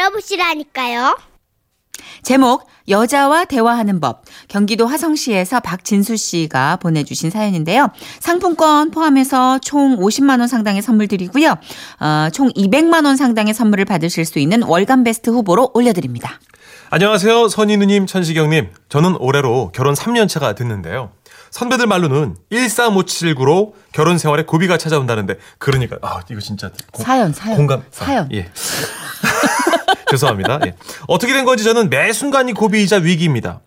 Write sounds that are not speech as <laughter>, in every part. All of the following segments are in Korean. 만나보시라니까요. 제목 여자와 대화하는 법 경기도 화성시에서 박진수 씨가 보내주신 사연인데요. 상품권 포함해서 총 50만 원 상당의 선물 드리고요. 어, 총 200만 원 상당의 선물을 받으실 수 있는 월간 베스트 후보로 올려드립니다. 안녕하세요. 선인우님, 천시경님. 저는 올해로 결혼 3년차가 됐는데요. 선배들 말로는 13579로 결혼 생활에 고비가 찾아온다는데 그러니까 아 이거 진짜 공- 사연, 사연, 공감 아, 사연. 예. 죄송합니다. 예. 어떻게 된 건지 저는 매 순간이 고비이자 위기입니다.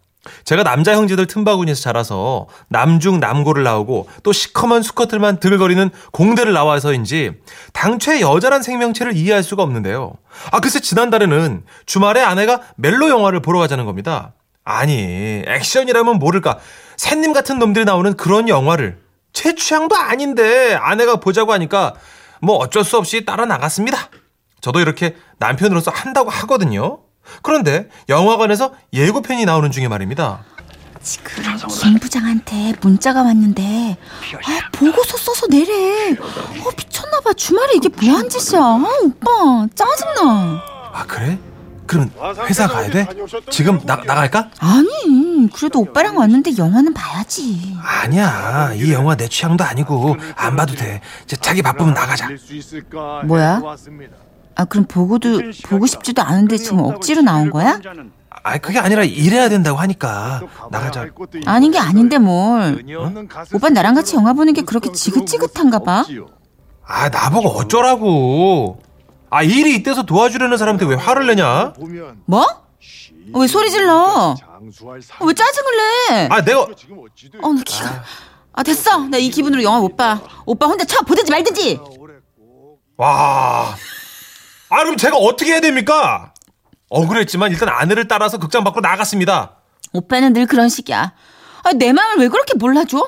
제가 남자 형제들 틈바구니에서 자라서 남중 남고를 나오고 또 시커먼 수컷들만 드글거리는 공대를 나와서인지 당최 여자란 생명체를 이해할 수가 없는데요. 아 글쎄 지난달에는 주말에 아내가 멜로 영화를 보러 가자는 겁니다. 아니 액션이라면 모를까 샌님 같은 놈들이 나오는 그런 영화를 제 취향도 아닌데 아내가 보자고 하니까 뭐 어쩔 수 없이 따라 나갔습니다. 저도 이렇게 남편으로서 한다고 하거든요. 그런데 영화관에서 예고편이 나오는 중에 말입니다. 지금 김 부장한테 문자가 왔는데 아, 보고서 써서 내래. 어, 미쳤나봐. 주말에 이게 뭐 한 짓이야. 아, 오빠 짜증나. 아 그래? 그럼 회사 가야 돼? 지금 나, 나갈까? 아니 그래도 오빠랑 왔는데 영화는 봐야지. 아니야 이 영화 내 취향도 아니고 안 봐도 돼. 이제 자기 바쁘면 나가자. 뭐야? 아 그럼 보고도 보고 싶지도 않은데 지금 억지로 나온 거야? 아 그게 아니라 일해야 된다고 하니까 나가자. 어? 아닌 게 아닌데 뭘? 오빠 나랑 같이 영화 보는 게 그렇게 지긋지긋한가 봐. 아 나보고 어쩌라고? 아 일이 이때서 도와주려는 사람한테 왜 화를 내냐? 뭐? 어, 어, 왜 소리 질러? 어, 왜 짜증을 내? 아 내가 어 나 기가 아 됐어 나 이 기분으로 영화 못 봐. 오빠 혼자 쳐 보든지 말든지. 아, 와. 아, 그럼 제가 어떻게 해야 됩니까? 억울했지만 일단 아내를 따라서 극장 밖으로 나갔습니다. 오빠는 늘 그런 식이야. 아, 내 마음을 왜 그렇게 몰라줘?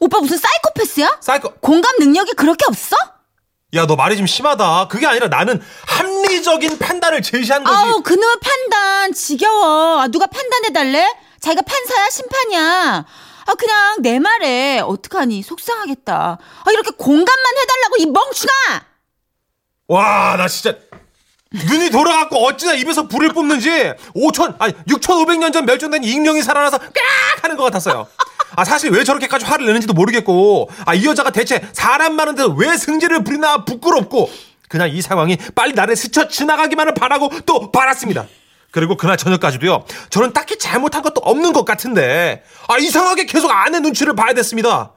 오빠 무슨 사이코패스야? 사이코, 공감 능력이 그렇게 없어? 야, 너 말이 좀 심하다. 그게 아니라 나는 합리적인 판단을 제시한 거지. 아우 그놈의 판단 지겨워. 아, 누가 판단해달래? 자기가 판사야 심판이야. 아 그냥 내 말에 어떡하니 속상하겠다. 아 이렇게 공감만 해달라고 이 멍충아. 와, 나 진짜. 눈이 돌아갖고 어찌나 입에서 불을 뿜는지 5천 아니 6,500년 전 멸종된 익명이 살아나서 깍 하는 것 같았어요. 아 사실 왜 저렇게까지 화를 내는지도 모르겠고 아 이 여자가 대체 사람 많은 데서 왜 승질을 부리나 부끄럽고 그냥 이 상황이 빨리 나를 스쳐 지나가기만을 바라고 또 바랐습니다. 그리고 그날 저녁까지도요. 저는 딱히 잘못한 것도 없는 것 같은데 아 이상하게 계속 아내 눈치를 봐야 됐습니다.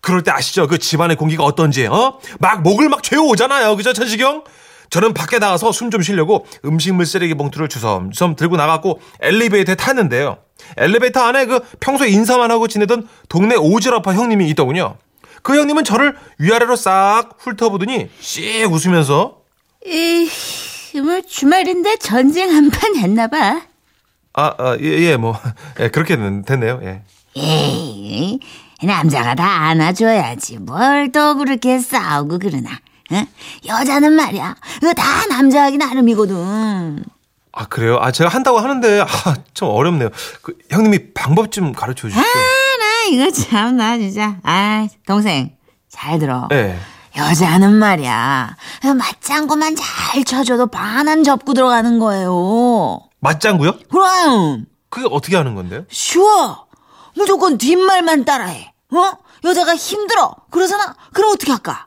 그럴 때 아시죠? 그 집안의 공기가 어떤지, 어? 막 목을 막 죄어오잖아요. 그죠, 천식형? 저는 밖에 나가서 숨 좀 쉬려고 음식물 쓰레기 봉투를 주섬주섬 들고 나갔고 엘리베이터에 탔는데요. 엘리베이터 안에 그 평소에 인사만 하고 지내던 동네 오지라파 형님이 있더군요. 그 형님은 저를 위아래로 싹 훑어보더니 씩 웃으면서 에이, 뭐 주말인데 전쟁 한 판 했나봐. 아, 아, 예, 예, 뭐, <laughs> 예, 그렇게 됐네요, 예. 에이, 남자가 다 안아줘야지. 뭘 또 그렇게 싸우고 그러나. 응? 여자는 말이야. 그거 다 남자하기 나름이거든. 아, 그래요? 아, 제가 한다고 하는데, 아, 좀 어렵네요. 그, 형님이 방법 좀 가르쳐 주십시오. 나 이거 참, 나 진짜. 아, 동생. 잘 들어. 예. 여자는 말이야. 맞장구만 잘 쳐줘도 반은 접고 들어가는 거예요. 맞장구요? 그럼! 그게 어떻게 하는 건데요? 쉬워. 무조건 뒷말만 따라해. 어? 여자가 힘들어. 그러잖아. 그럼 어떻게 할까?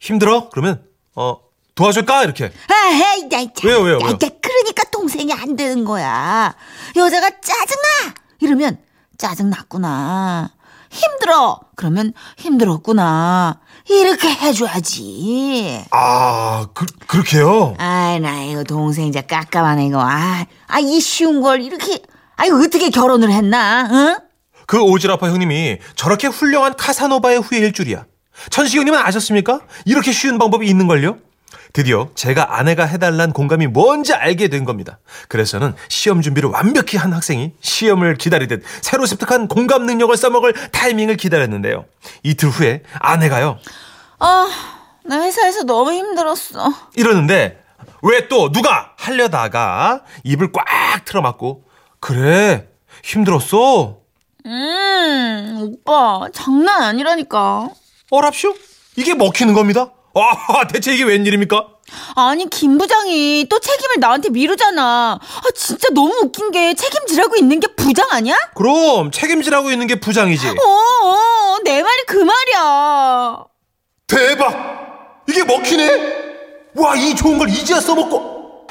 힘들어? 그러면 어 도와줄까 이렇게. 에이, 나이 참. 왜요, 왜요, 나이 왜요? 참, 그러니까 동생이 안 되는 거야. 여자가 짜증나! 이러면 짜증났구나. 힘들어! 그러면 힘들었구나. 이렇게 해줘야지. 아 그, 그렇게요? 아이, 나 이거 동생 이제 깝깝하네, 이거. 아, 아, 이 쉬운 걸 이렇게. 아이고, 어떻게 결혼을 했나, 응? 그 오지라파 형님이 저렇게 훌륭한 카사노바의 후예일 줄이야. 천식 형님은 아셨습니까? 이렇게 쉬운 방법이 있는 걸요? 드디어 제가 아내가 해달란 공감이 뭔지 알게 된 겁니다. 그래서 저는 시험 준비를 완벽히 한 학생이 시험을 기다리듯 새로 습득한 공감 능력을 써먹을 타이밍을 기다렸는데요. 이틀 후에 아내가요. 아, 나 회사에서 너무 힘들었어. 이러는데 왜 또 누가 하려다가 입을 꽉 틀어막고 그래 힘들었어 음, 오빠 장난 아니라니까. 어랍쇼 이게 먹히는 겁니다 아 대체 이게 웬일입니까 아니 김 부장이 또 책임을 나한테 미루잖아. 아 진짜 너무 웃긴 게 책임지라고 있는 게 부장 아니야? 그럼 책임지라고 있는 게 부장이지. 어, 어, 내 말이 그 말이야. 대박! 이게 먹히네? 와, 이 좋은 걸 이제야 써먹고.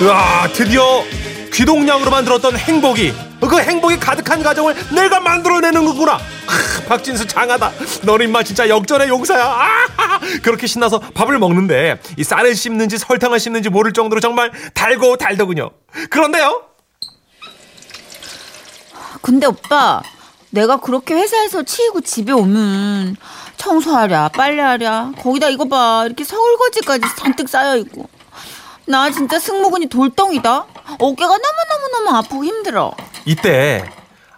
으아, 드디어 귀동냥으로 만들었던 행복이 그 행복이 가득한 가정을 내가 만들어내는 거구나. 크, 박진수 장하다. 너는 인마 진짜 역전의 용사야. 아, 그렇게 신나서 밥을 먹는데 이 쌀을 씹는지 설탕을 씹는지 모를 정도로 정말 달고 달더군요. 그런데요. 근데 오빠, 내가 그렇게 회사에서 치이고 집에 오면 청소하랴, 빨래하랴. 거기다 이거 봐. 이렇게 설거지까지 잔뜩 쌓여있고. 나 진짜 승모근이 돌덩이다. 어깨가 너무너무너무 아프고 힘들어. 이때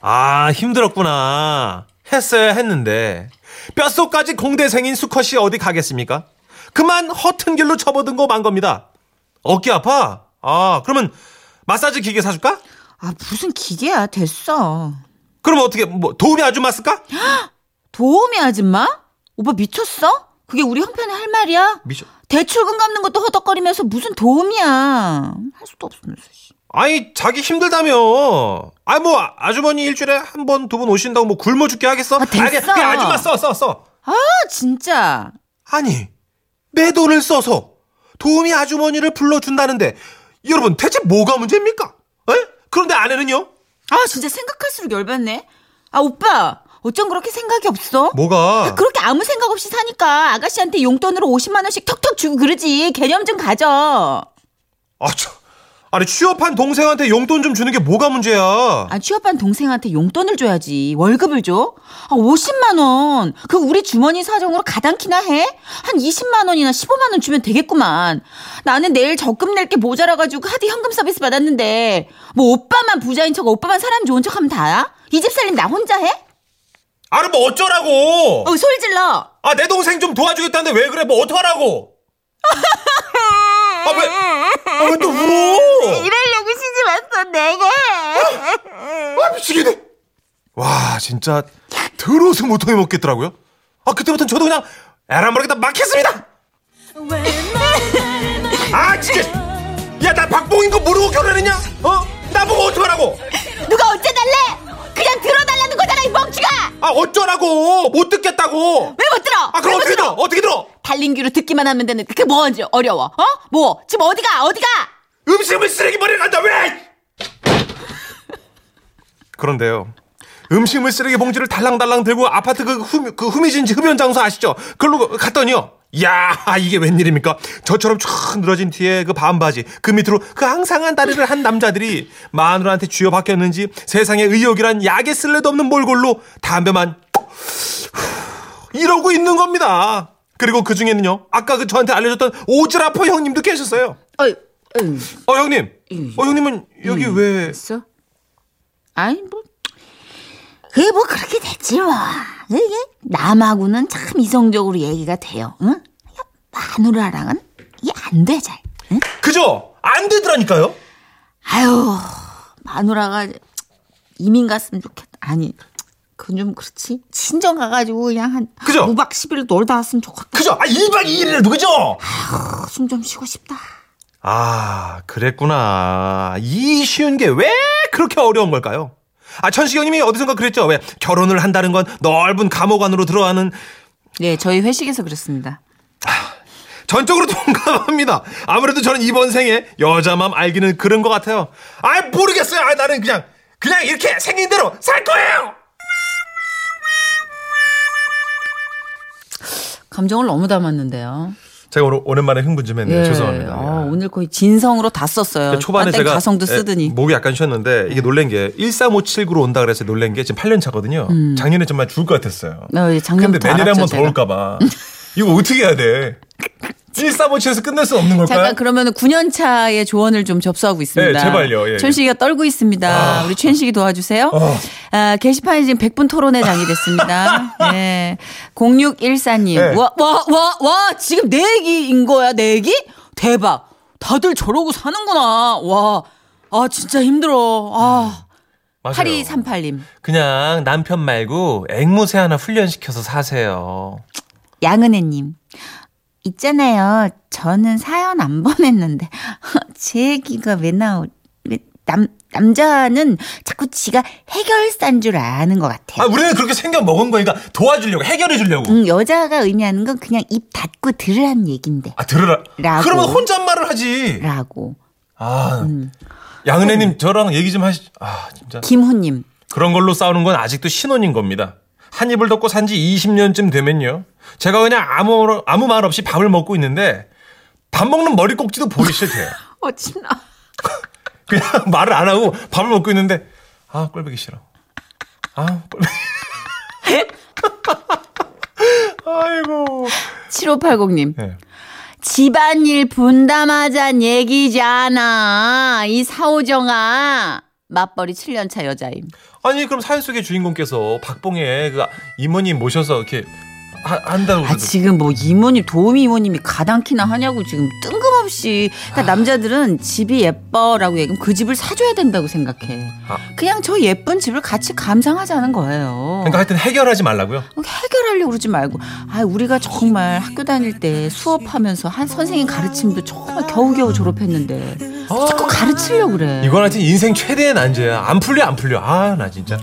아 힘들었구나 했어야 했는데 뼛속까지 공대생인 수컷이 어디 가겠습니까? 그만 허튼 길로 접어든 거 만 겁니다. 어깨 아파? 아 그러면 마사지 기계 사줄까? 아, 무슨 기계야. 됐어. 그럼 어떻게 뭐 도우미 아줌마 쓸까? 도우미 아줌마? 오빠 미쳤어? 그게 우리 형편에 할 말이야? 미쳐. 대출금 갚는 것도 허덕거리면서 무슨 도움이야. 할 수도 없으면서. 씨. 아니 자기 힘들다며. 아니 뭐 아- 아주머니 일주일에 한 번 두 번 오신다고 뭐 굶어 죽게 하겠어? 아, 됐어. 아니, 그냥 아줌마 써 써, 써. 아, 진짜. 아니, 내 돈을 써서 도우미 아주머니를 불러준다는데, 여러분, 대체 뭐가 문제입니까? 에? 그런데 아내는요? 아 진짜 생각할수록 열받네. 아 오빠 어쩜 그렇게 생각이 없어? 뭐가? 그렇게 아무 생각 없이 사니까 아가씨한테 용돈으로 50만 원씩 턱턱 주고 그러지. 개념 좀 가져. 아, 참. 아니, 취업한 동생한테 용돈 좀 주는 게 뭐가 문제야? 아 취업한 동생한테 용돈을 줘야지. 월급을 줘? 아 50만 원. 그 우리 주머니 사정으로 가당키나 해? 한 20만 원이나 15만 원 주면 되겠구만. 나는 내일 적금 낼 게 모자라 가지고 하드 현금 서비스 받았는데 뭐 오빠만 부자인 척 오빠만 사람 좋은 척하면 다야? 이 집 살림 나 혼자 해? 아니, 뭐 어쩌라고! 어 소리 질러. 아, 내 동생 좀 도와주겠다는데 왜 그래? 뭐 <laughs> 어떡하라고! 아, 왜, 아, 왜 또 울어? 이러려고 시집 왔어 내가 아, 미치겠네! 와, 진짜, 들어서 못하게 먹겠더라고요. 아, 그때부터는 저도 그냥, 에라 모르겠다, 막 했습니다! 아 진짜 야 나 박봉인 거 모르고 결혼했냐 어 나보고 어쩌라고 누가 어째달래? 그냥 들어달라는 거잖아 이 멍청아! 아 어쩌라고 못 듣겠다고 왜 못 들어? 아 그럼 어떻게 들어 어떻게 들어 달린 귀로 듣기만 하면 되는데 그게 뭔지 어려워 어? 뭐? 지금 어디가 어디가? 음식물 쓰레기 버리러 간다 왜 그런데요 음식물 쓰레기 봉지를 달랑달랑 들고 아파트 그, 흠, 그 흠이진지 흡연 장소 아시죠 그걸로 갔더니요 야 이게 웬일입니까 저처럼 촥 늘어진 뒤에 그 반바지 그 밑으로 그 항상한 다리를 한 남자들이 마누라한테 쥐어박혔는지 세상에 의욕이란 약에 쓸래도 없는 몰골로 담배만 이러고 있는 겁니다 그리고 그 중에는요 아까 그 저한테 알려줬던 오즈라퍼 형님도 계셨어요 어이 어 형님. 어 형님은 여기 왜? 있어? 아니 뭐 그게 뭐 그렇게 됐지 뭐 이게 남하고는 참 이성적으로 얘기가 돼요 응? 야, 마누라랑은 이게 안 돼 잘 그죠? 안 되더라니까요. 아유 마누라가 이민 갔으면 좋겠다 아니 그건 좀 그렇지 친정 가가지고 그냥 한 그죠? 무박 10일 놀다 왔으면 좋겠다 그죠? 아 1박 2일이라도 그죠? 숨 좀 쉬고 싶다 아 그랬구나. 이 쉬운 게 왜 그렇게 어려운 걸까요? 아 천식형님이 어디선가 그랬죠. 왜 결혼을 한다는 건 넓은 감옥 안으로 들어가는 네 저희 회식에서 그랬습니다 전적으로 <laughs> 동감합니다. 아무래도 저는 이번 생에 여자 맘 알기는 그런 것 같아요. 아 모르겠어요. 아 나는 그냥 그냥 이렇게 생긴 대로 살 거예요. 감정을 너무 담았는데요 제가 오늘 오랜만에 흥분 좀 했네요. 예. 죄송합니다. 아, 오늘 거의 진성으로 다 썼어요 초반에 아, 딴 제가 가성도 예, 쓰더니 음. 목이 약간 쉬었는데 이게 놀란 게 13579로 온다 그래서 놀란 게 지금 8년 차거든요. 작년에 정말 죽을 것 같았어요. 음. 어, 예, 근데 작년부터 내년에 알았죠, 한 번 더 제가. 올까 <laughs> 봐. 이거 어떻게 해야 돼? 13579에서 끝낼 수 없는 걸까요? 잠깐 그러면 9년 차의 조언을 좀 접수하고 있습니다. 예, 제발요. 예, 아. 어. 예. 천식이가 떨고 있습니다. 우리 천식이 도와주세요. 아, 게시판이 지금 100분 토론회 장이 <laughs> 됐습니다. 예. 0614님. 예. 와, 와, 와, 와, 지금 내기인 거야, 내기? 대박. 다들 저러고 사는구나. 와. 아, 진짜 힘들어. 아. 음. 맞아요. 8238님. 그냥 남편 말고 앵무새 하나 훈련시켜서 사세요. 양은혜님. 있잖아요. 저는 사연 안 <laughs> 보냈는데 제 얘기가 왜 나오? 왜 남, 남자는 자꾸 지가 해결사인 줄 아는 것 아, 같아요. 우리는 그렇게 생겨 먹은 거니까 도와주려고, 해결해주려고. 음, 여자가 의미하는 건 그냥 입 닫고 들으란 얘긴데. 아, 들으라. 라고. 음. 그러면 혼잣말을 하지. 라고. 아, 음. 양은혜님 저랑 얘기 좀 하시, 아, 진짜. 김훈님. 그런 걸로 싸우는 건 아직도 신혼인 겁니다. 한 입을 덮고 산 지 20년쯤 되면요. 제가 그냥 아무, 아무 말 없이 밥을 먹고 있는데, 밥 먹는 머리 꼭지도 보기 싫대요. <laughs> 어, 진아. 그냥 말을 안 하고 밥을 먹고 있는데, 아, 꼴보기 싫어. 아, 꼴보기 <laughs> 아이고. 7580님. 네. 집안일 분담하잔 얘기잖아. 이 사오정아. 맞벌이 7년차 여자임. 아니, 그럼 사연 속의 주인공께서 박봉에 그 이모님 모셔서 이렇게 하- 한다고. 아, 그러던데. 지금 뭐 이모님, 도우미 이모님이 가당키나 하냐고 지금 뜬금없이. 그러니까 아. 남자들은 집이 예뻐라고 얘기하면 그 집을 사줘야 된다고 생각해. 아. 그냥 저 예쁜 집을 같이 감상하자는 거예요. 어, 그러니까 하여튼 해결하지 말라고요. 해결하려고 그러지 말고 아 우리가 정말 학교 다닐 때 수업하면서 한 선생님 가르침도 정말 겨우겨우 졸업했는데 자꾸 가르치려고 그래 아. 이건 하여튼 인생 최대의 난제야. 안 풀려, 안 풀려. 아, 나 진짜.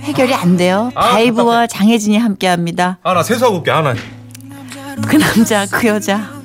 해결이 안 돼요 아, 다이브와 장혜진이 함께합니다 아, 나 세수하고 올게. 아, 나. 그 남자 그 여자